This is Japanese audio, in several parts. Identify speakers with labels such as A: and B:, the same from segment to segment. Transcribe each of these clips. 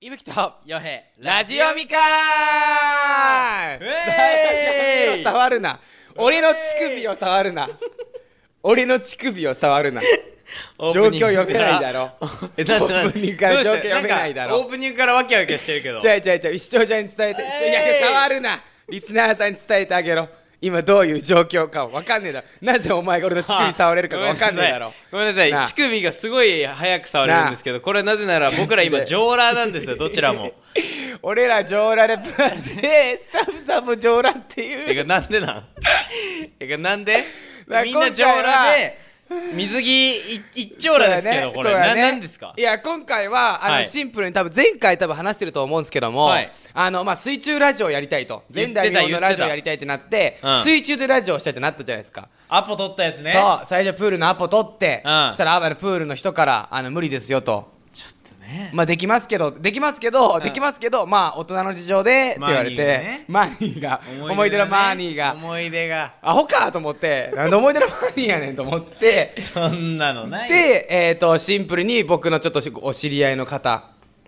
A: いぶきと
B: よへ
A: ラジオ
B: ミ
A: みかーん
B: うえーい
A: 触るな俺の乳首を触るな俺の乳首を触るな状況読めないだろ
B: えだって
A: オープニングから
B: どうして
A: 状況読めないだろ
B: んかオープニングからわきわきしてるけど
A: 違う違う違う視聴者に伝えて、
B: えい
A: いやいや触るなリスナーさんに伝えてあげろ今どういう状況か分かんねえだろなぜお前が俺の乳首触れるか分かんねえだろ
B: ごめんなさい
A: なあ
B: 乳首がすごい早く触れるんですけどこれはなぜなら僕ら今
A: なあ
B: ジョーラーなんですよどちらも
A: 俺ら上羅でプラスでスタッフさんも上羅って
B: て
A: いう
B: かなんでなんてかなんで
A: だから
B: みんなジョーラーで水着い一丁羅ですけどこれ
A: そうだ
B: な
A: ね
B: なんですか
A: いや今回はあの、
B: はい
A: シンプルに多分前回多分話してると思うんですけども、
B: はい
A: あのまあ、水中ラジオやりたいと
B: 言っ
A: 前
B: てた
A: 代未聞のラ
B: 言っ
A: ジ
B: て
A: オ
B: た
A: やりたいってなって、
B: うん
A: 水中でラジオしたいってなったじゃないですか、
B: アポ取ったやつね
A: そう最初プールのアポ取って、
B: うん
A: そしたらあばのプールの人からあの無理ですよと
B: ちょっとね
A: まあできますけどできますけど、
B: ん
A: できますけどまあ大人の事情でって言われてマーニーが,、思い出の
B: ね
A: マーニーが
B: 思い出が
A: アホかと思ってなんで思い出のマーニーやねんと思って
B: そんなのないよ
A: で、えー、とシンプルに僕のちょっとしお知り合いの方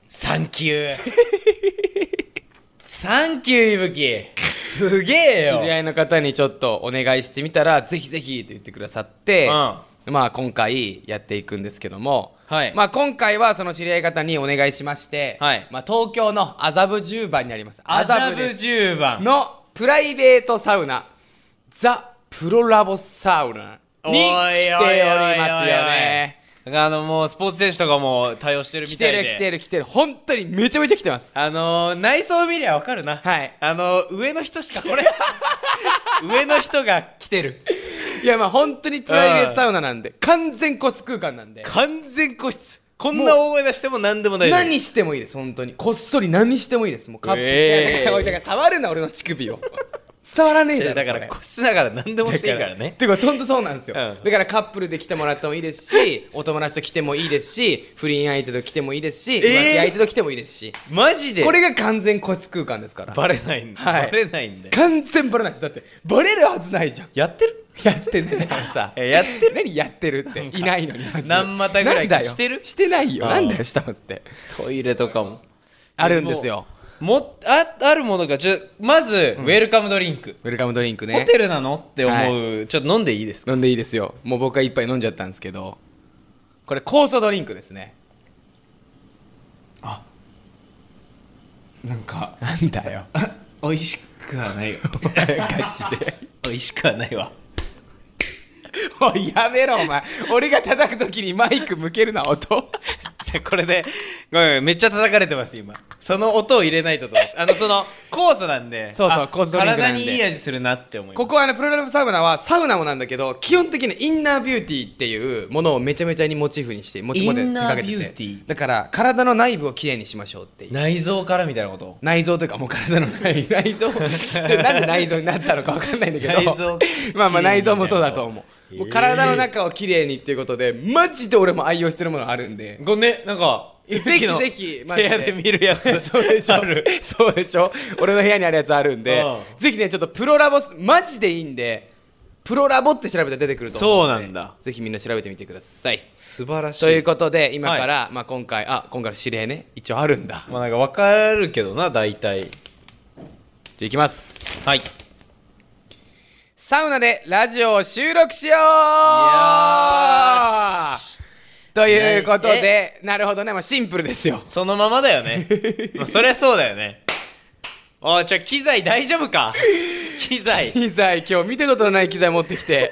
B: サンキューサンキューいぶきすげえ
A: 知
B: よ
A: り合いの方にちょっとお願いしてみたらぜひぜひって言ってくださって、まあ今回やっていくんですけども、
B: はい
A: まあ、今回はその知り合い方にお願いしまして、
B: はい
A: まあ、東京の麻布十番にあります
B: 麻
A: 麻
B: 布
A: 布です
B: 10番
A: のプライベートサウナザ・プロラボサウナに来ておりますよね
B: おいおいおいおいあのもうスポーツ選手とかも対応してるみ
A: 来
B: た
A: て
B: いで
A: る来てる来てる本当にめちゃめちゃ来てます
B: あのー、内装見りゃわかるな
A: はい
B: あのー、上の人しか これ上の人が来てる
A: いやまあ本当にプライベートサウナなんで完全個室空間なんで
B: 完全個室こんな大声出しても何でもない
A: 何してもいいです本当にこっそり何してもいいですもうカップ、
B: えー
A: いやだからおいだから触るな俺の乳首を伝わらねえだろ
B: だから
A: これ
B: 個室だから何でもしていいから
A: っ
B: ね
A: ていうか本当そうなんですよ、
B: うん
A: だからカップルで来てもらってもいいで すしお友達と来てもいいですし不倫相手と来てもいいですし
B: えー
A: 浮気相手と来てもいいですし
B: マジで
A: これが完全個室空間ですから
B: バレないんだ、
A: はい
B: バレないんだよ
A: 完全バレないですだってバレるはずないじゃん
B: やってる
A: やってんだよだからさ
B: えやって
A: る何やってるっていないのにまず
B: 何股ぐらいか
A: なんだよ
B: してる
A: してないよ
B: あー
A: なんだよしたのって
B: トイレとかも
A: あるんですよ
B: もうああるものがちょまず、ウェルカムドリンク、
A: ウェルカムドリンク
B: ホ
A: ね
B: テルなのって思う、ちょっと飲んでいいですか
A: 飲んでいいですよもう僕は一杯飲んじゃったんですけどこれ酵素ドリンクですね
B: なんか
A: なんだよ
B: 美味しくはないよ
A: ガチで
B: 美味しくはないわ
A: おいやめろお前俺が叩く時にマイク向けるな音
B: じゃあこれでごめんごめんめっちゃ叩かれてます今その音を入れないとと思ってあのその酵素なんで
A: そうそう
B: あ
A: 酵素ドリンクなんで
B: 体にいい味するなって思います
A: ここはねプロラブサウナはサウナもなんだけど基本的にインナービューティーっていうものをめちゃめちゃにモチーフにしてモチーフで
B: インナー
A: かけてて
B: ビューティー
A: だから体の内部をきれいにしましょうっていう
B: 内臓からみたいなこと
A: 内臓というかもう体の 内内臓なんで内臓になったのかわかんないんだけど
B: 内 臓
A: まあま
B: 綺麗
A: あ
B: に
A: 内臓もそうだと思うもう体の中をきれいにっていうことでマジで俺も愛用してるものあるんで
B: ごめんねなん か
A: ぜひぜひマ
B: 部
A: ジで
B: 屋で見るや つ
A: そうでしょ
B: ある
A: そうでしょ俺の部屋にあるやつあるんで
B: う
A: ぜひねちょっとプロラボマジでいいんでプロラボって調べたら出てくると思うので
B: そうなんだ
A: ぜひみんな調べてみてください
B: 素晴らしい
A: ということで今から、まあ今回あ今回の指令ね一応あるんだじゃ
B: まあなんか分かるけどな大体
A: あいきます
B: はいい
A: サウナでラジオを収録しようということでなるほどね、まあ、シンプルですよ
B: そのままだよ ねまあそりゃそうだよねおいちょ機材大丈夫 か機材
A: 機材今日見たことのない機材持って きて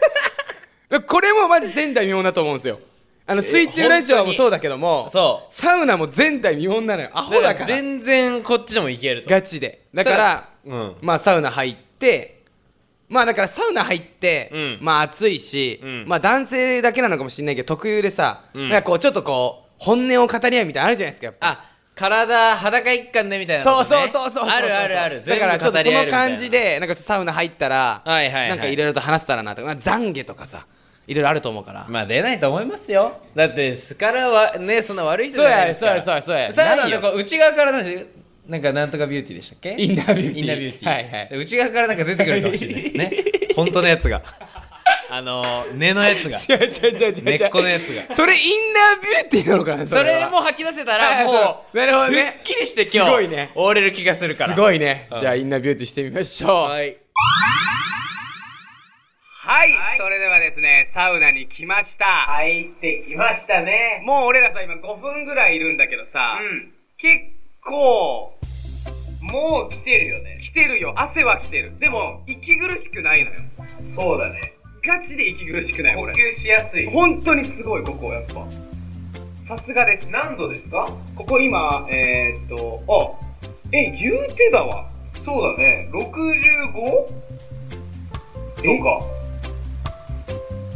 A: これもまず前代未聞だと思うんですよあの水中ラジオもそうだけども
B: そう
A: サウナも前代未聞なのよアホだから
B: 全然こっちでもいけると
A: ガチでだから
B: ただうん
A: まあサウナ入ってまあだからサウナ入って、
B: うん
A: まあ暑いし、
B: うん
A: まあ男性だけなのかもしれないけど特有でさ、
B: うん
A: なんかこうちょっとこう本音を語り合うみたいなのあるじゃないですかやっぱ
B: あ体裸一貫でみたいな
A: そ
B: こ
A: う
B: と
A: そ
B: ね、
A: うそうそうそう
B: あるあるある
A: だからちょっとその感じ
B: で
A: でなんかちょっとサウナ入ったら、
B: はいはいはい
A: なんかいろいろと話せたらなとかまあ懺悔とかさいろいろあると思うから、
B: まあ出ないと思いますよだってスカラはねそんな悪い人じゃないですから
A: そうやそうやそうやそうや
B: サウナ
A: ないよ
B: のこう内側からなんでなんかなんとかビューティーでしたっけ
A: インナービューティー
B: インナービューティー
A: はいはい
B: 内側からなんか出てくるかもしれないですね本当のやつが
C: あの根のやつが
A: 違う違う違う違う違う
C: 根っこのやつが
A: それインナービューティーなのかなそ
C: そ
A: れは
C: れも吐き出せた
A: はい
C: ら
A: はい
C: も
A: そう
C: う
A: なるほどね
C: すっきりして今日
A: すごいね
C: 終われる気がするから
A: すごいね、
C: うん
A: じゃあインナービューティーしてみましょう
C: はい
A: はい、それではですねサウナに来ました
B: 入ってきましたね。
A: もう俺らさ今5分ぐらいいるんだけどさ、
B: うん。
A: 結構
B: もう来てるよね。
A: 来てるよ汗は来てるでも息苦しくないのよ
B: そうだね。
A: ガチで息苦しくない
B: 呼
A: 俺
B: 吸しやすい。
A: 本当にすごいここやっぱさすがです
B: 何度ですか
A: ここ今えー、っとあえ言うてだわ
B: そうだね。65?
A: え
B: とか。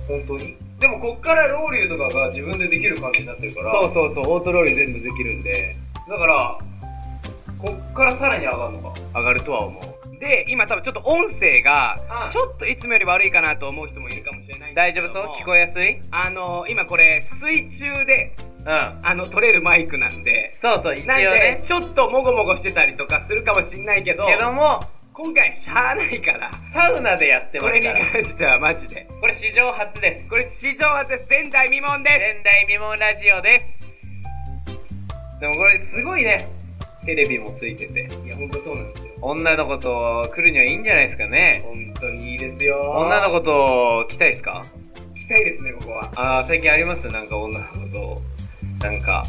B: 本当にでもこっからロウリュとかが自分でできる感じになってるから。
A: そうそうそうオートロール全部できるんで
B: だから、こっからさらに上がるのか。
A: 上がるとは思うで今多分ちょっと音声が、
B: うん
A: ちょっといつもより悪いかなと思う人もいるかもしれないん
B: 大丈夫そう聞こ
A: え
B: えやすいうん。
A: あの今これ水中であの取れるマイクなんで
B: そうそう、一応
A: なんで
B: ね。
A: ちょっともごもごしてたりとかするかもしんないけど
B: けども、
A: 今回しゃあないから
B: サウナでやって
A: こ
B: ます
A: れ
B: か
A: に
B: ら。
A: 関してはマジで
B: これ史上初です。
A: これ史上初です前代未聞で
B: 前代未聞ラジオですでもこれすごいねテレビもついてて
A: すいやほんとそうなんですよ
B: 女の子と来るにはいいんじゃないですかね
A: ほんとにいいですよ
B: 女の子と来たいですか
A: 行きたいですねここは
B: ああ最近ありますなんか女の子となんか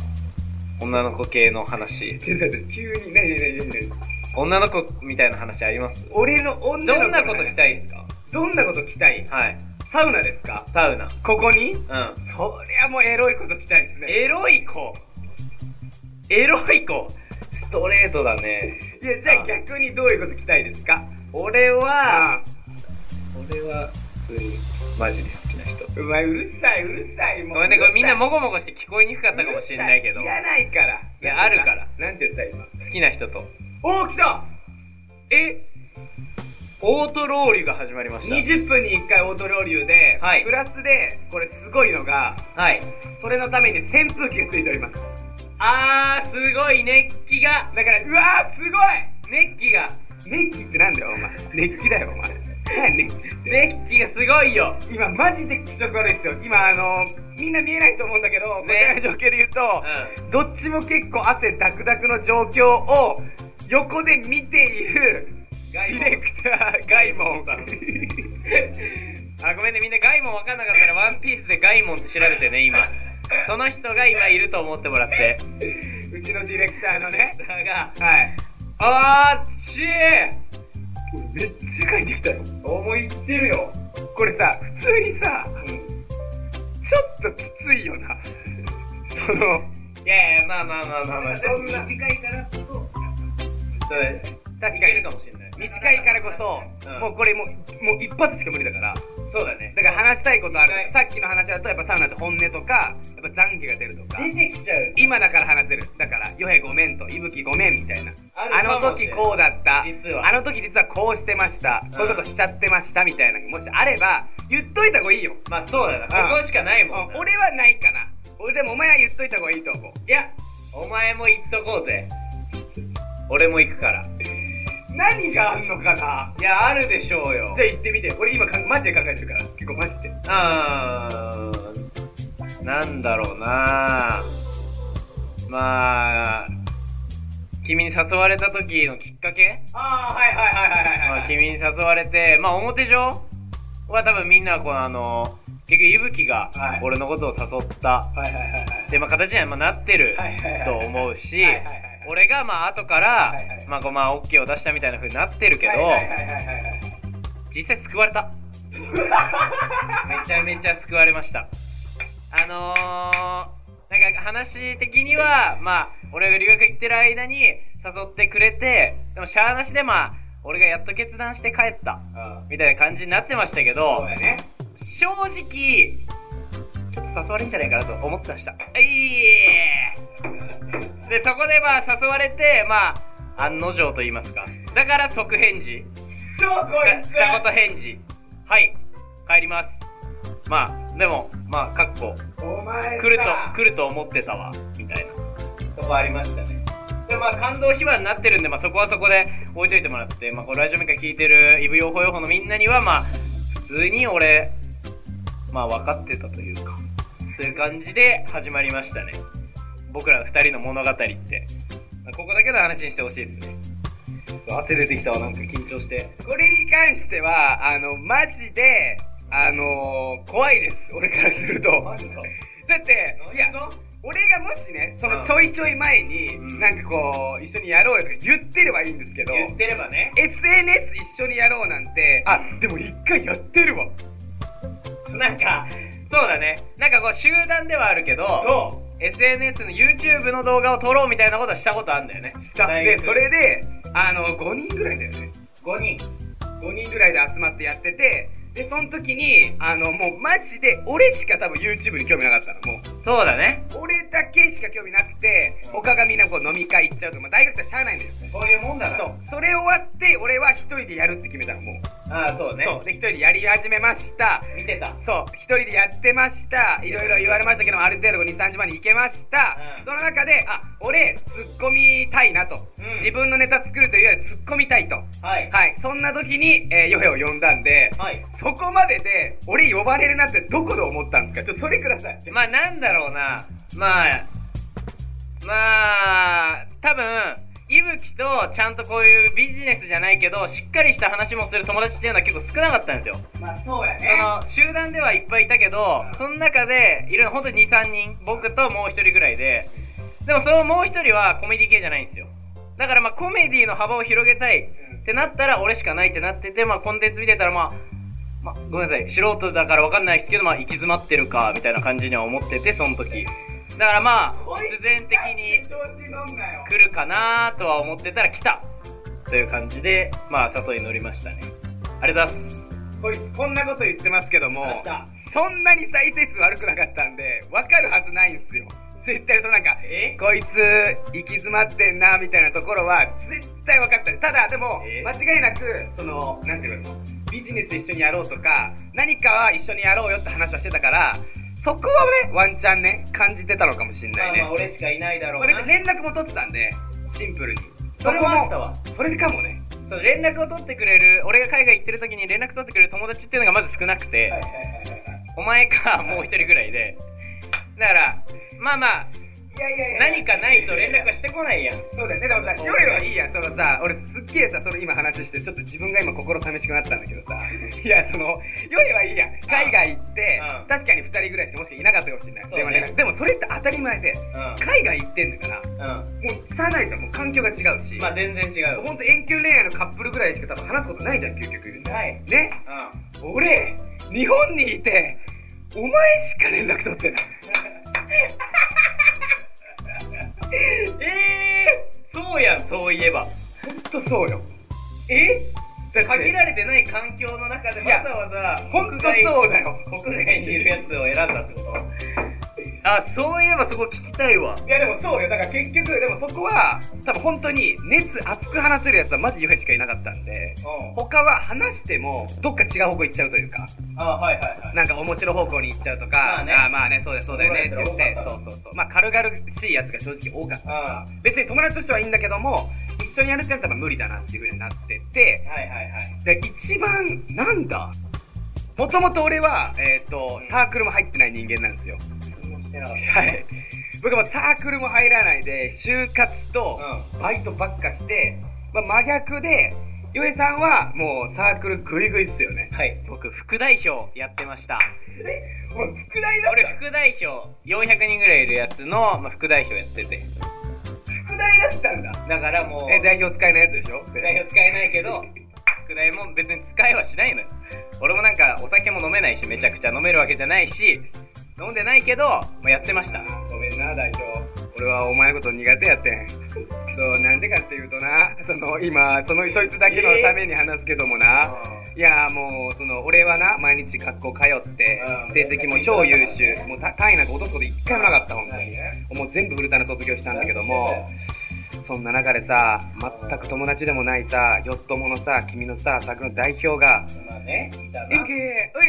B: 女の子系の話
A: ちょっと待って 急に何何何何
B: 女の子みたいな話あります
A: 俺の女の子
B: どんなこと来たいですか
A: どんなこと着たい
B: はい
A: サウナですか
B: サウナ
A: ここに
B: うん
A: そりゃもうエロいこと着たいですね
B: エロい子エロい子ストレートだね
A: いやじゃあ逆にどういうこと着たいですか
B: 俺は
A: あ
B: 俺は普通にマジで好きな人
A: うまいうるさいうるさいもう
B: ごめんね、これみんな
A: も
B: もごもごして聞こえにくかったかもしれないけど、
A: い
B: 好
A: らないから
B: いやあるから
A: なんて言った今
B: きな人と。
A: おお来た
B: えオートロウリュが始まりました。
A: 20分に1回オートロウリュで、
B: はい
A: プラスでこれすごいのが
B: はい。
A: それのために扇風機がついております
B: あー、すごい熱気が、
A: だからうわーすご
B: 熱気が、
A: い熱気ってなんだよお前熱気だよお前何や熱気って
B: 熱気がすごいよ。
A: 今マジで気色悪いですよ今あのみんな見えないと思うんだけど、こちらの状況で言うと、どっちも結構汗ダクダクの状況を横で見ている
B: ガ
A: デ
B: イ
A: ィ
B: モン
A: レクターガイモ ン
B: ガイモンさあ、ごめんね、みんなガイモン分かんなかったら、ワンピースでガイモンって調べてね、今。その人が今いると思ってもらって。
A: うちのディレクターのね
B: だが、
A: はい
B: あーっちー
A: めっちゃ書いてきたよ
B: 思いってるよ。
A: これさ普通にさ
B: うん。
A: ちょっときついよなその
B: いやいや、まあまあまあまあまあ、そんな、
A: いからこそ
B: 確
A: かに
B: いけるかもしれない。
A: 短いからこそ、
B: うん
A: もうこれもうもう一発しか無理だから
B: そうだね
A: だから話したいことある、
B: はい
A: さっきの話だとやっぱサウナって本音とかやっぱ懺悔が出るとか
B: てきちゃう
A: 今だから話せるだから「ヨヘごめん」と「いぶきごめん」みたいな
B: ある
A: あ
B: か
A: の
B: も
A: 時こうだった
B: 実は
A: あの時実はこうしてました、こういうことしちゃってましたみたいなもしあれば言っといた方がいいよ、
B: まあそうだ
A: うん
B: なここしかない
A: うん
B: もんな、
A: 俺はないかな俺でもお前は言っといた方がいいと思う
B: いやお前も行っとこうぜ俺も行くから
A: 何があんのかない
B: やあるでしょうよ
A: じゃあ行ってみて俺今かマジで考えてるから結構マジで
B: あーなんだろうなまあ君に誘われた時のきっかけ、
A: ああはいはいはいはいはい
B: まあ、君に誘われてまあ表上は多分みんなこのあの結局ぶきが
A: はい
B: 俺のことを誘った、
A: はいはいはいはい
B: でまあ形にはまあなってる
A: はいはいはいはい
B: と思うし
A: はいはいはいはい
B: 俺がまあ後か
A: はいは
B: ら
A: い
B: まあこうまあ OK を出したみたいな風になってるけど
A: はいはいはいはいはい
B: 実際救われためちゃめちゃ救われましたあのー、なんか話的にはまあ俺が留学行ってる間に誘ってくれてでもしゃあなしでまあ俺がやっと決断して帰った
A: あ
B: みたいな感じになってましたけ
A: あそ
B: ど
A: うだね
B: 正直ちょっと誘われんじゃないかなと思ってましたいえでそこでまあ誘われてまあ案の定と言いますかだから即返事
A: そうこいつ
B: ふた言返事はい帰りますまあでもまあかっこ
A: お前さ
B: 来ると来ると思ってたわみたいなとこありましたねでまあ感動秘話になってるんで、まあ、そこはそこで置いといてもらって、まあ、こうラジオメカ聞いてるイブ用法用法のみんなにはまあ普通に俺
D: まあ分かってたというかそういう感じで始まりましたね僕ら二人の物語って、まあここだけの話にしてほしいですね汗出てきたわなんか緊張して
A: これに関しては、あの、マジで、あの怖いです。俺からすると。だ
D: ジか
A: って、いや、俺がもしね、そのちょいちょい前に、
D: うん
A: なんかこう、一緒にやろうよとか言ってればいいんですけど、
D: 言ってればね
A: SNS 一緒にやろうなんて、あ、でも一回やってるわ。
D: なんかそうだねなんかこう集団ではあるけど
A: そ
D: SNS の YouTube の動画を撮ろうみたいなことはしたことあるんだよね
A: う。した
D: 大
A: で、
D: 学
A: それで、あの、5人ぐらいだよね。
D: 5人
A: 5人ぐらいで集まってやってて、で、その時に、あの、もうマジで、俺しか多分 YouTube に興味なかったの、もう。
D: そうだね
A: 俺だけしか興味なくて他がみんなこう飲み会行っちゃうとか、まあ、大学生はしゃあないんだよ
D: そういうもんだ
A: そうそれ終わって俺は一人でやるって決めたのもう
D: ああそうね
A: そうで一人でやり始めました
D: 見てた
A: そう一人でやってましたいろいろ言われましたけどもある程度23時まで行けました、
D: うん
A: その中であ俺ツッコみたいなと、
D: うん
A: 自分のネタ作るというよりツッコみたいと
D: はい
A: はいそんな時に、えーヨヘを呼んだんで、
D: はい
A: そこまでで俺呼ばれるなってどこで思ったんですかちょっとそれください
D: まあなんだろうなまあまあ多分いぶきとちゃんとこういうビジネスじゃないけどしっかりした話もする友達っていうのは結構少なかったんですよ
A: まあそうや
D: その集団ではいっぱいいたけどその中でいるの本当に23人僕ともう1人ぐらいででもそのもう1人はコメディ系じゃないんですよだからまあコメディの幅を広げたいってなったら俺しかないってなっててまあコンテンツ見てたらまあまあ、ごめんなさい素人だから分かんないですけど、まあ、行き詰まってるかみたいな感じには思っててその時だからまあ必然的に
A: 調子乗んなよ
D: 来るかなとは思ってたら来たという感じでまあ誘いに乗りましたねありがとうございます
A: こいつこんなこと言ってますけども
D: 明日
A: そんなに再生数悪くなかったんで分かるはずないんですよ絶対そのなんか
D: え
A: こいつ行き詰まってんなみたいなところは絶対分かったりただでも
D: え
A: 間違いなくそのなんていうのビジネス一緒にやろうとか何かは一緒にやろうよって話はしてたからそこはねワンチャンね感じてたのかもしんないね、
D: 俺しかいないだろ
A: まあ別に連絡も取ってたんでシンプルに
D: それもあった
A: そこ
D: わ
A: もそれかもね
D: そう連絡を取ってくれる俺が海外行ってる時に連絡取ってくれる友達っていうのがまず少なくて、お前かもう一人ぐらいでだからまあまあ
A: いやいや
D: 何かないと連絡はしてこないやん
A: そうだよね、でもさ、ヨヨはいいやん、そのさ、俺すっげえさ、その今話して、ちょっと自分が今心寂しくなったんだけど さ、いや、その、ヨヨはいいやん、海外行って
D: うん、
A: 確かに2人ぐらいしかもしかいなかったかもしれない、
D: そうね
A: 電話連絡でもそれって当たり前で、
D: う
A: 海外行ってんだから、
D: んう
A: もう、しゃあないじゃん、もう環境が違うし、
D: んまあ全然違う
A: ほんと遠距離恋愛のカップルぐらいしか多分話すことないじゃん、究極言うと。
D: はい
A: ね、
D: う
A: 俺、日本にいて、お前しか連絡取ってない。
D: んえー、そうやんそういえば
A: ほんとそうよ。
D: え
A: だって
D: 限られてない環境の中で
A: い
D: わ
A: や
D: ざわざ
A: ほんとそうだよ。
D: 国外にいるやつを選んだってことあそういえばそこ聞きたいわ
A: いやでもそうよだから結局でもそこは多分本当に熱熱く話せるやつはマジヨヘしかいなかったんで
D: う
A: 他は話してもどっか違う方向行っちゃうというか
D: んあはいはいはい
A: なんか面白方向に行っちゃうとか
D: まあね
A: あーまあねそうだよそうだよねって言っ
D: 怒られ
A: て
D: たら多
A: そ
D: か
A: う
D: っ
A: そ
D: た
A: うそうまあ軽々しいやつが正直多かった
D: あ
A: 別に友達としてはいいんだけども一緒にやるってなったら無理だなっていう風になってて
D: はいはいはい
A: で一番なんだもともと俺は、えっとサークルも入ってない人間なんですよ
D: してなかっ
A: はい。僕もサークルも入らないで、就活とバイトばっかして、まあ、真逆で、ヨエさんはもうサークルグイグイっすよね。
D: たはい僕副代表やってました
A: お前、副大
D: 俺副代表400人ぐらいいるやつの、まあ、副代表やってて
A: 副大だったんだ。
D: だからもう
A: え、代表使いのやつでしょ
D: 副代表使えないけど副代も別に使えはしないのよ俺もなんかお酒も飲めないしめちゃくちゃ飲めるわけじゃないし飲んでないけど、まあ、やってました
A: ごめんな、代表。俺はお前のこと苦手やってん。そう、なんでかっていうとな、その、今、その、そいつだけのために話すけどもな、いやーもうその俺はな毎日学校通って
D: うん
A: 成績も超優秀もうた単位なんか落とすこと一回もなかった本当
D: ない
A: に
D: ね
A: もう全部フルターの卒業したんだけどもそんな中でさ全く友達でもないさよっとものさ君のさ作の代表が
D: まあねい
A: 「
D: た
A: えぶけお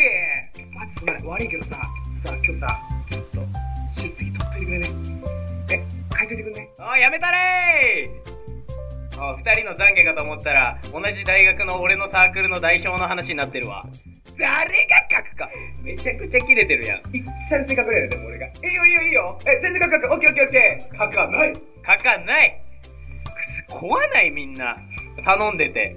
A: いマジすまない悪いけどさちょっとさ今日さちょっと出席取っといてくれねえ書いといてくんね
D: あやめたれーあ二人の懺悔かと思ったら同じ大学の俺のサークルの代表の話になってるわ
A: 絶誰が書くか
D: めちゃくちゃキレてるやん。
A: 一切正確だよね、でも俺が。いいよいいよいいよ。え、全然書く。オッケーオッケーオッケー。書かない。
D: 書かないくす壊ないみんな頼んでて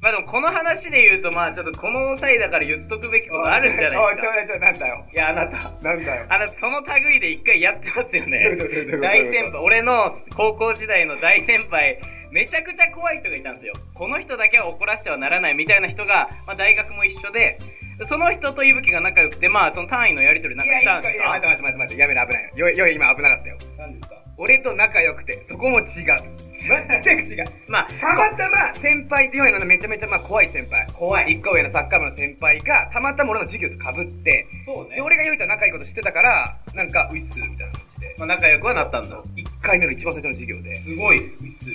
D: まあでもこの話で言うとまあちょっとこの際だから言っとくべきことあるんじゃないです
A: お
D: か
A: い、ちょいちょい、なんだよ。
D: いやあなた
A: なんだよ。
D: あなたその類で一回やってますよ
A: どういうこ
D: ね
A: とどういうこと
D: 大先輩俺の高校時代の大先輩めちゃくちゃ怖い人がいたんですよこの人だけは怒らせてはならないみたいな人が、まあ、大学も一緒でその人と伊吹が仲良くてまあその単位のやり取りなん
A: い
D: か
A: や
D: したんです
A: いや
D: か
A: 待って待って待って待って。やめろ、危ないよ。よい、よい、今危なかったよ。
D: なんですか
A: 俺と仲良くて、そこも違う。全く違う。
D: まあ
A: たまたま先輩というようなめちゃめちゃまあ怖い先輩。
D: 怖い
A: 一個上のサッカー部の先輩が、たまたま俺の授業と被って、
D: そう
A: で、俺が良いとは仲いいことしてたから、なんか、ういっす、みたいな感じで。
D: まあ、仲良くはなったんだ
A: 一回目の一番最初の授業で。
D: すごい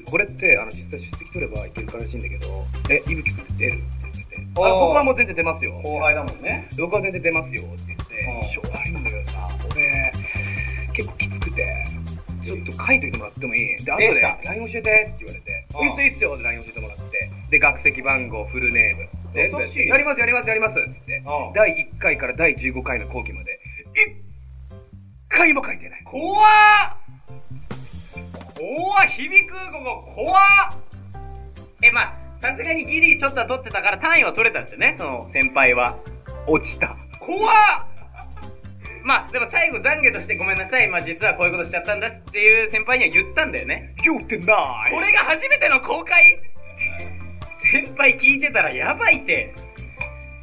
A: これってあの実際出席取ればいけるからしいんだけど「えいぶきくんって出る?」って言ってて「あ
D: おー
A: 僕はもう全然出ますよ」
D: 後輩だもんね
A: 僕は全然出ますよ」って言
D: お
A: っ
D: ー
A: て「しょうがないんだけどさ俺結構きつくてちょっと書いといてもらってもいい?」で後
D: 出
A: で
D: た
A: 「LINE 教えて」って言われて「
D: おー
A: いいっすよいいっすよ」って LINE 教えてもらってで学籍番号フルネーム全部やっ
D: 優
A: て
D: しい
A: やりますやりますやります」っつって
D: おー
A: 第1回から第15回の後期まで一回も書いてない
D: 怖っ怖っ響くここ怖っえまあさすがにギリちょっとは取ってたから単位は取れたんですよねその先輩は
A: 落ちた
D: 怖っまあでも最後懺悔としてごめんなさいまあ実はこういうことしちゃったんですっていう先輩には言ったんだよね
A: 言うてない
D: これが初めての公開先輩聞いてたらやばいって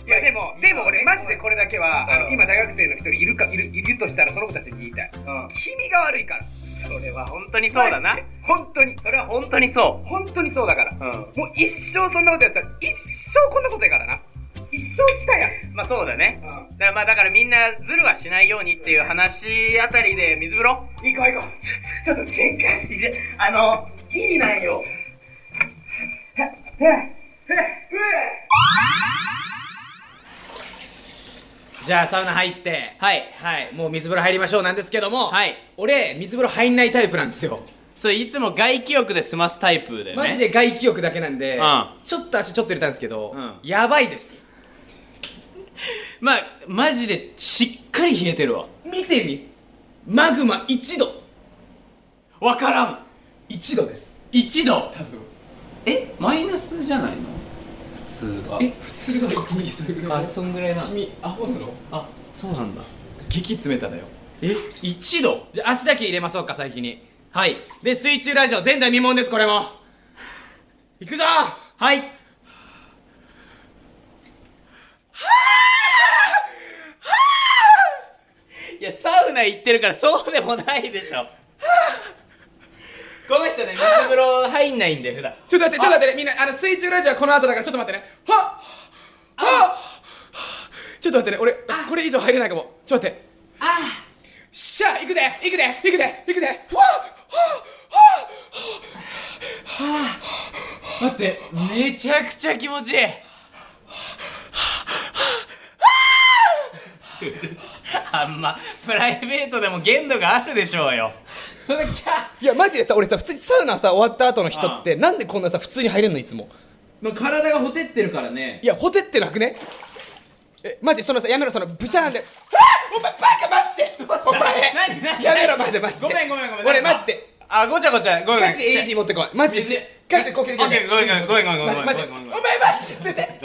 A: いやでも、でも俺マジでこれだけは、あ
D: う
A: の
D: ん
A: 今大学生の一人いるか、いる、いるとしたらその子たちに言いたい。
D: うん
A: 君が悪いから。
D: それは本当にそうだ
A: マ
D: な
A: ジで。本当に。
D: それは本当にそ
A: 本当にそうだから。
D: ううん
A: もう一生そんなことやってたら、一生こんなことやからな。一生したやん。
D: まあそうだね
A: うん
D: だからまあだからみんなズルはしないようにっていう話あたりで水風呂
A: 行こう行こう。ちょっと喧嘩して。
D: あのギリなんよ
E: じゃあサウナ入って
B: はい
E: はいもう水風呂入りましょうなんですけども
B: はい
E: 俺水風呂入んないタイプなんですよ
B: それいつも外気浴で済ますタイプだよね
E: マジで外気浴だけなんで、
B: うん
E: ちょっと足ちょっと入れたんですけど、
B: うん
E: やばいです
B: まあマジでしっかり冷えてるわ
E: 見てみマグマ1度
B: わからん
E: 1度です
B: 一度
E: 多分
B: えマイナスじゃないの普通は
E: え普通の12それぐらい
B: あ
E: の
B: そんぐらいな
E: 君アホなの
B: あそうなんだ
E: 激冷ただよ
B: え一度
E: じゃあ足だけ入れましょうか最近に
B: はい
E: で水中ラジオ前代未聞ですこれも行くぞ
B: はいいやサウナ行ってるからそうでもないでしょ この人ね水風呂入んないんで普段
E: ちょっと待ってちょっと待ってねみんなあの水中ラジオはこの後だからちょっと待ってねはっはっちょっと待ってね俺これ以上入れないかもちょっと待って
B: あ
E: しゃあ行くで行くで行くで行くでふわっは
B: あ待ってめちゃくちゃ気持ちいい あんまプライベートでも限度があるでしょうよそのキャ
E: っいやマジでさ俺さ普通にサウナさ終わった後の人ってなんでこんなさ普通に入れんのいつも
B: まあ、体がほてってるからね
E: いやホテってなくねえマジそのさやめろそのブシャーンであお前バカマジでお前
B: 何何
E: やめろマジでマジで
B: ごめんごめんごめん
E: 俺マジで
B: あごちゃごちゃごめん
E: ガチで AED 持ってこいマジでしガチで呼吸できない
B: ごめんごめんごめんごめんごめん
E: マジで
B: ご
E: お
B: めんごめ
E: 前
B: んごめん
E: マジでついて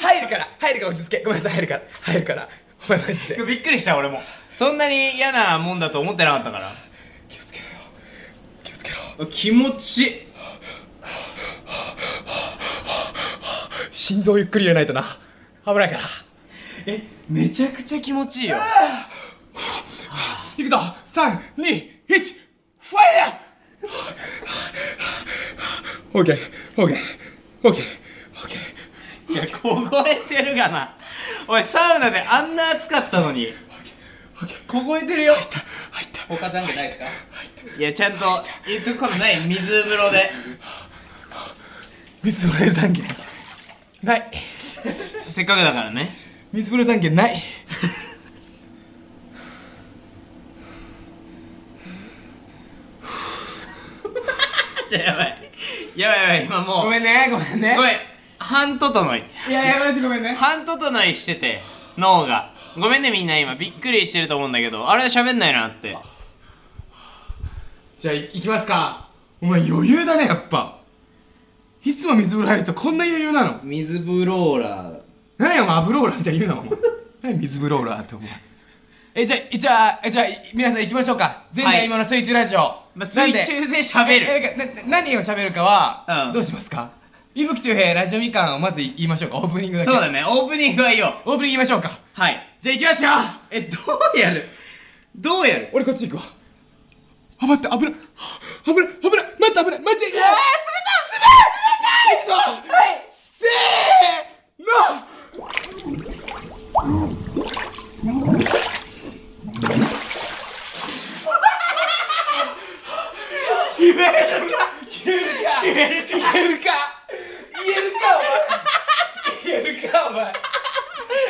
E: 入るから入るから落ち着けごめんなさい入るから入るからお 前マジで
B: びっくりした俺もそんなに嫌なもんだと思ってなかったから
E: 気をつけろよ気をつけろ
B: 気持ちいい
E: 心臓ゆっくり入れないとな危ないから
B: えめちゃくちゃ気持ちいいよ
E: 行くぞ三二一ファイヤーオーケーオーケーオーケーオーケー
B: いや凍えてるがなおいサウナであんな暑かったのに凍えてるよ
E: 入った
B: 他なんかないですかいやちゃんと言っとくことない水風呂で
E: 水風呂懺悔ない
B: せっかくだからね
E: 水風呂懺悔ない
B: じゃあやばいやばいやばい今もう
E: ごめんねごめんね
B: ごめん半整い
A: いやいやマジごめんね
B: 半整いしてて脳がごめんねみんな今びっくりしてると思うんだけどあれ喋んないなって
A: じゃあいいきますかお前余裕だねやっぱいつも水風呂入るとこんな余裕なの
B: 水ブローラー
A: 何やお前アブローラーみたいに言うなお前 何水風呂ーラーってお前えじゃあじゃあえじゃあ皆さん行きましょうか前
B: は
A: 回
B: い
A: 今の水中ラジオ、
B: まあ、
A: なん
B: 水
A: で
B: 中で喋る
A: ええなんかな何を喋るかは、
B: うん
A: どうしますか伊吹という平ラジオみかんをまず言いましょうかオープニングだ け
B: そうだねオープニングは言おう
A: オープニング言いましょうか
B: はい
A: じゃあ行きますよ
B: えどうやるどうやる
A: 俺こっち行くわあ待って危ないはあ危ない危ない待って危ない待ってえー、冷たい冷たい冷たいはいせーの言えるか言えるか言えるか言えるか言えるかお前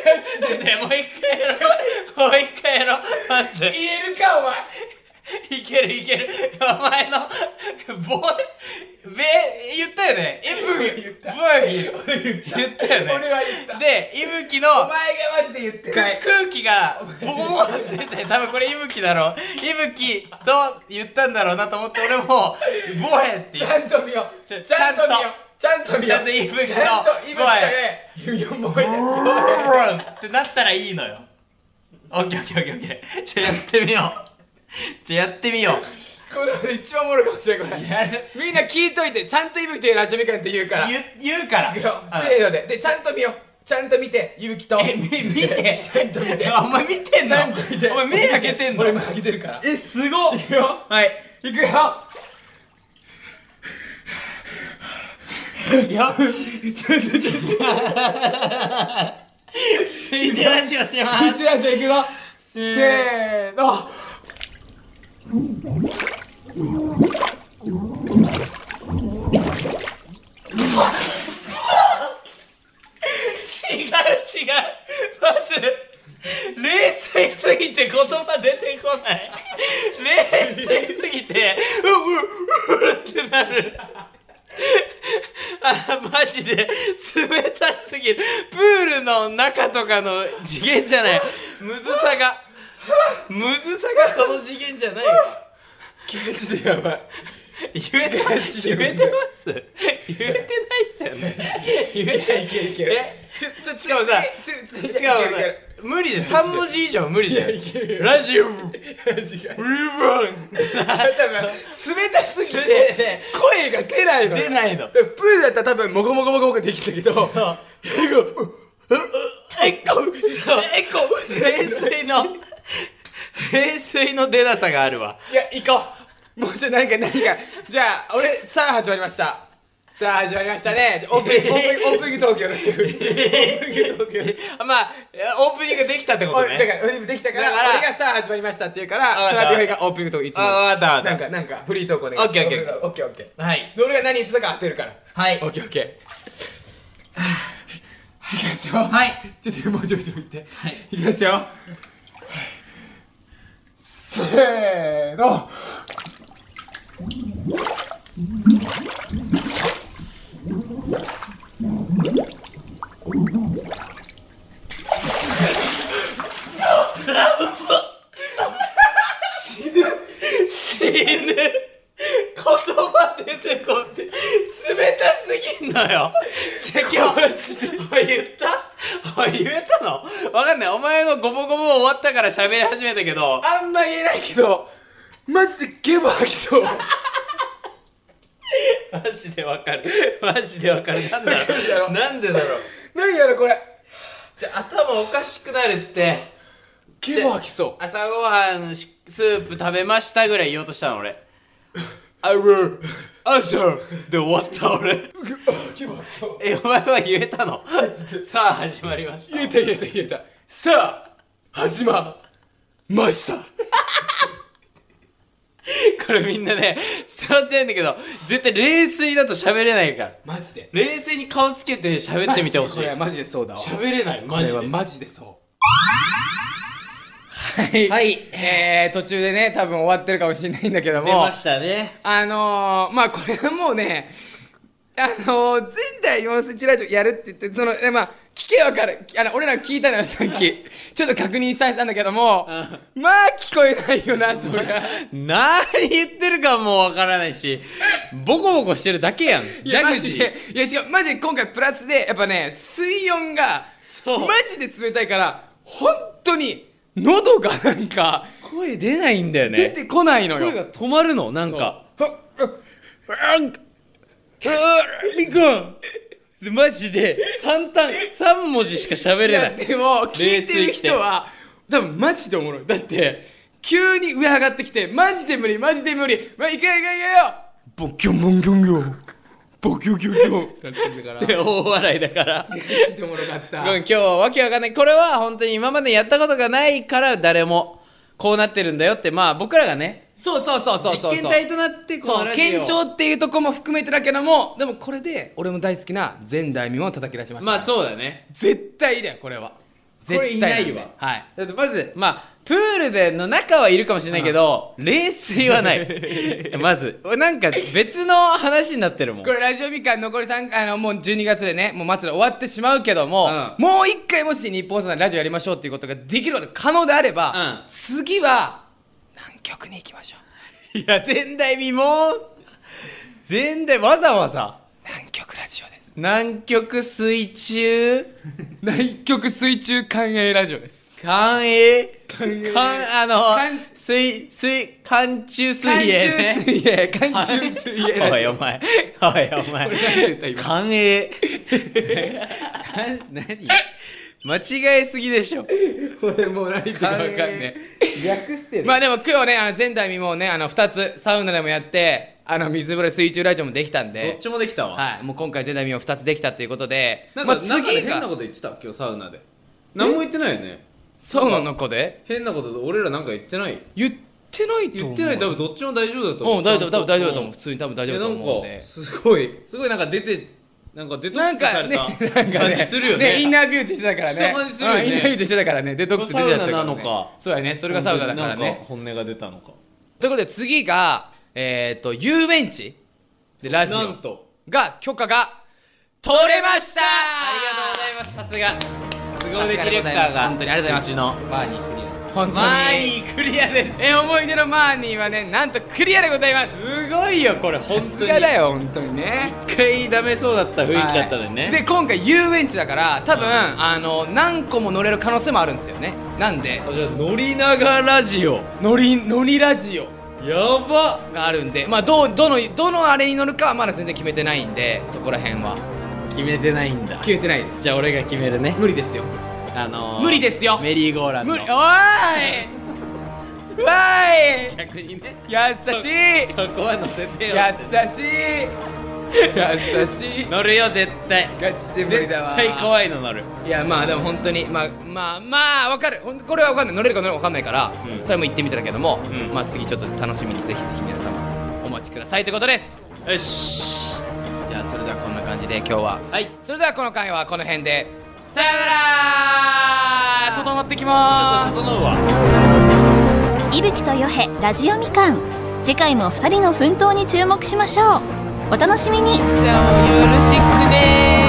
A: 言えるかお前
B: ねもう一回やろうもう一回やろう待って
A: 言えるかお前
B: いけるいけるお前のボべ言ったよ ねイブ言った言ったよね
A: 俺は言った
B: でいぶきの
A: お前がマジで言ってない
B: 空気がボコボコって出て多分これいぶきだろういぶきと言ったんだろうなと思って俺も「ボエ」って
A: ち
B: 言
A: ゃ
B: うん
A: と見よう
B: ち
A: ち
B: ゃ
A: ゃ
B: ちゃん
A: ん
B: と
A: と見ようちゃんと見よう
B: ちゃんとイブキの
A: ちゃんとイブキのね言うよもうええ
B: ボーンってなったらいいのよオッケーオッケーオッケーオッケーじゃあやってみようじゃあやってみよう
A: これ一番おもろいかもしれないこれ
B: やる
A: みんな聞いといてちゃんとイブキというラジオみかんって言うから
B: 言う言うから
A: いくよせーのででちゃんと見ようちゃんと見てイブキと
B: えみ見て
A: ちゃんと見て
B: あお前見てん
A: ち
B: の
A: ゃんと見て
B: お前目開けてんの
A: 俺今開けてるからい
B: えすごっ
A: くよ
B: はい
A: いくよ
B: いや、水中ラジオしてま
A: こ
B: す。
A: ちらじゃ行くぞ
B: ー
A: せーの
B: 違う違う。まず、冷水すぎて言葉出てこない。冷水すぎて、ううううってなる。あマジで冷たすぎるプールの中とかの次元じゃないむずさがむずさがその次元じゃないわ
A: ガチでやばい
B: 言えてます言えてます言えてないっすよね言えて
A: いけるいける
B: えちょしかもさ
A: ちょちょ
B: しかも
A: い
B: さ
A: けるいける
B: 無理で三文字以上無理だよラジオブリ
A: 違う
B: ブン
A: 多分冷たすぎて声が出ないの
B: 出ないの
A: でプールだったら多分モコモコモコモコできたけど
B: そうえっこそうえっこ冷水の冷水の出なさがあるわ
A: いや行こうもうちょい何か何かじゃあ俺さあ始まりましたさあ始まりましたねじゃあオープニングオープニングオープニングトークよろしくオープニングトークよろしく
B: あまあオープニングできたってこと
A: おいだか
B: ね
A: ら俺できたから
B: だから
A: 俺がさあ始まりましたって言うか
B: わ
A: ら
B: かった
A: 空手兵がオープニングトークいつも
B: あわかったわか
A: な
B: っ
A: んかなんかフリートークお願
B: オ
A: い
B: ッケーオッケー
A: オッケーオッケー
B: たはい
A: で俺が何言ってたか当てるから
B: はい
A: オッケーオッケーいきますよ
B: はい
A: ちょっともうちょいちょい見て
B: はい
A: いきますよはいせーの
B: 死ぬ言葉出てこって冷たすぎんのよじゃあ今日おい言ったおい言えたのわかんないお前のゴボゴボ終わったから喋り始めたけど
A: あんま言えないけどマジでゲボ吐きそう
B: マジでわかるマジでわかるなんだ
A: わかるだ
B: ろ
A: ろ
B: うなんでだろう
A: 何やろこれ
B: じゃあ頭おかしくなるって
A: ゲボ吐きそう
B: 朝ごはんしスープ食べましたぐらい言おうとしたの俺 I will answer で終わった俺
A: ゲボ吐きそう
B: えお前は言えたのさあ始まりました
A: 言えた言えた言えたさあ始まました
B: これみんなね伝わってないんだけど絶対冷水だと喋れないから
A: マジで
B: 冷水に顔つけて喋ってみてほしい
A: これはマジでそうだわ
B: 喋れない
A: こ
B: マジ
A: れ
B: で
A: はマジでそう
B: はい、
A: はい、えー、途中でね多分終わってるかもしれないんだけど
B: 出
A: も
B: ましたね
A: あのー、まあこれはもうねあのー、前代四世一ラジオやるって言ってそのえまあ聞けわかるあの俺ら聞いたのよさっ きちょっと確認したんだけどもまあ聞こえないよなそりゃ
B: 何言ってるかもわからないしボコボコしてるだけやん
A: い
B: ジ
A: や
B: ャ
A: マ
B: グ
A: ジ
B: ジ
A: でいや違うマジで今回プラスでやっぱね水温が
B: そう
A: マジで冷たいから本当に喉がなんか
B: 声出ないんだよ
A: 出
B: ね
A: てこないのよ、
B: 声が止まるのなんか
A: そ
B: う
A: う
B: んみくんマジで3単3文字しか喋
A: い
B: れな
A: や
B: い
A: でも聞いてる人は多分マジでおもろいだって急に上上がってきてマジで無理マジで無理まあ、いけよいけよいけよボキョンボンキョンギョボキョンギョンギョンってなってるから
B: で大笑いだから
A: マジでおもろかった
B: ごめん今日はわけわかんないこれは本当に今までやったことがないから誰もこうなってるんだよってまあ僕らがね
A: そうそうそうそうそう
B: 実験台となってこ
A: そ
B: の
A: う
B: ラジオ
A: 検証っていうとこも含めてだけどもでもこれで俺も大好きな前代未聞を叩き出しました、
B: まあそうだね
A: 絶対だよこれは絶
B: これ
A: 対
B: いないわ
A: んではい
B: だってまずまあプールでの中はいるかもしれないけど冷水はない まずなんか別の話になってるもん
A: これラジオみかん残り3あのもう12月でねもう末で終わってしまうけども、
B: うん
A: もう一回もし日本放送でラジオやりましょうっていうことができることが可能であれば、
B: うん
A: 次は南極に行きましょう
B: いや前代未聞前代わざわざ
A: 南極ラジオです
B: 南極水中
A: 南極水中艦影ラジオです
B: 艦影
A: 艦影
B: 艦あの
A: 艦
B: 水水艦中水
A: 海
B: 泳ね
A: 中水泳海中水 泳ラ
B: お
A: ジ
B: い
A: オ
B: お前おいお前
A: 俺何て言った今
B: 寛永何間違えすぎでしょ
A: 俺もう何言ってるか分かんねえ
B: 略して
A: まあでも今日ねあの前代未聞ねあの2つサウナでもやってあの水風呂水中ラジオもできたん
B: どっ
A: で
B: ちもできたわ、
A: はいもう今回前代未聞2つできたということで
B: なん
A: ま
B: か、
A: あ、次
B: 変なこ
A: が
B: と言ってた今日サウナで何も言ってないよね
A: サウナの子で
B: 変なこと俺らなんか言ってない
A: 言ってないと
B: 言
A: 思う
B: ってない多分どっちも大丈夫だと思
A: う
B: うん
A: 大丈夫多分大丈夫だと思う
B: う
A: 普通に多分大
B: 大
A: 丈夫だと思う
B: な
A: ん
B: ん
A: で
B: かすごいすごいなんか出てなんかデトッ
A: な
B: ク
A: ん
B: スさ
A: か
B: れ
A: ね
B: た
A: なんか
B: 感じ
A: ね
B: する よね
A: インナービューティーしてたから
B: した
A: ね
B: 感じするよね
A: うんインナービューティーしてたからねデトックス出てたから、ね、
B: サウナなのか
A: そうやねそれがサウナだから
B: なん
A: ね
B: 本音が出たのか
A: ということで次がえっ、と遊園地でラジ
B: な
A: オ
B: んと
A: が許可が取れました
B: ありがとうございますさすがすごいディレクターが
A: 本当にありがとうございます
B: うちの
A: マーニークリア本当に
B: マーニークリアです
A: え思い出のマーニーはねなんとクリアでございます
B: すごいよこれ本当に
A: さすがだよ本当にね
B: 一回ダメそうだった雰囲気だったのに
A: はい
B: ね、
A: で今回遊園地だから多分、
B: うん
A: あの何個も乗れる可能性もあるんですよねなんで
B: あじゃあ乗りながらラジオ
A: 乗り乗りラジオ
B: やば
A: があるんでまあどうどのどのあれに乗るかはまだ全然決めてないんでそこら辺は
B: 決めてないんだ
A: 決めてないです
B: じゃあ俺が決めるね
A: 無理ですよ
B: あのー、
A: 無理ですよ
B: メリーゴーランド
A: 無理おーいわーい
B: 逆にね
A: 優しい
B: そこは乗せて
A: 優
B: よ
A: しい優しい
B: 乗るよ絶対
A: ガチで無理
B: 絶
A: だわ
B: 対怖いの乗る
A: いやまあでも本当にまあまあまあわかるほんこれはわかんない乗れるか乗れるかわかんないから、
B: うん
A: それも行ってみただけども、
B: うん
A: まあ次ちょっと楽しみにぜひぜひ皆様お待ちくださいということです
B: よし
A: じゃあそれではこんな感じで今日は
B: はい
A: それではこの回はこの辺でさよなら整ってきまーす
B: 整うわ
F: いぶきとよへラジオみかん次回も2人の奮闘に注目しましょうお楽しみに
A: じゃあよろしくねー